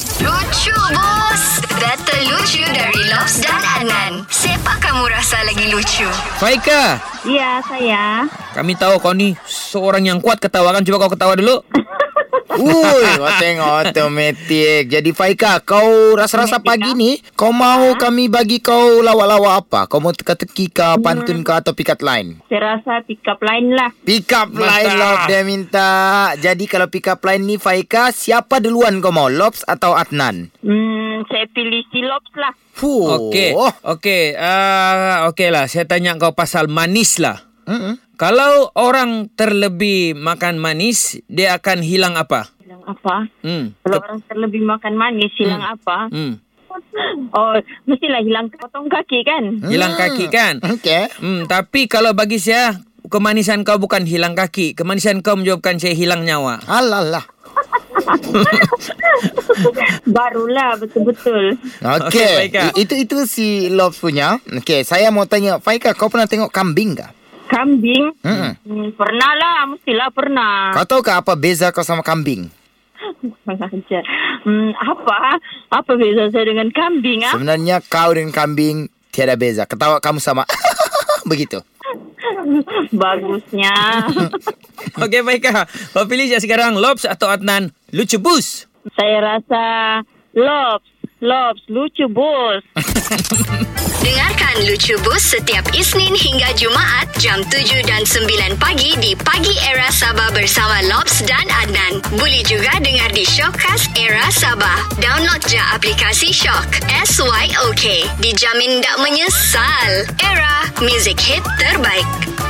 Lucu bos Data lucu dari Lobs dan Anan Siapa kamu rasa lagi lucu? Faika, Ya, saya. kami tahu kau ni seorang yang kuat ketawa kan. Cuba kau ketawa dulu. Ui, kau tengok automatic. Jadi Faika, kau rasa-rasa lah. pagi ni, kau mau Ha? kami bagi kau lawak-lawak apa? Kau mau teka-teki ke, Hmm. pantun ke, atau pick up line? Saya rasa pick up line lah. Pick up line Lob dia minta. Jadi kalau pick up line ni Faika, siapa duluan kau mau? Lobs atau Adnan? Hmm, saya pilih si Lobs lah. Fuh. Okey. Okey. Ah, Okey lah. Saya tanya kau pasal manis lah. Mm-mm. Kalau orang terlebih makan manis, dia akan hilang apa? Hilang apa? Hmm. Kalau orang terlebih makan manis, hilang apa? Hmm. Oh, mestilah hilang potong kaki kan? Hilang kaki kan? Okey. Hmm. Tapi kalau bagi saya, kemanisan kau bukan hilang kaki. Kemanisan kau menjawabkan saya hilang nyawa. Alalah. Barulah betul-betul. Okey, Okey, Faika. okay, itu itu si Lobs punya. Okey, saya mau tanya Faika, kau pernah tengok kambing kah? Kambing? Hmm. Hmm, pernah lah, mestilah pernah. Kau tahu ke apa beza kau sama kambing? Mengajar. Hmm, apa? Apa beza saya dengan kambing? Ah? Sebenarnya kau dengan kambing tiada beza. Ketawa kamu sama. Begitu. Bagusnya. Okey, baiklah. Kau pilih je sekarang Lobs atau Adnan. Lucu bus. saya rasa Lobs. Lobs, lucu bos. Dengarkan Lucu Bos setiap Isnin hingga Jumaat jam 7 dan 9 pagi di Pagi Era Sabah bersama Lobs dan Adnan. Boleh juga dengar di Showcast Era Sabah. Download je aplikasi Shock. SYOK. Dijamin tak menyesal. Era, music hit terbaik.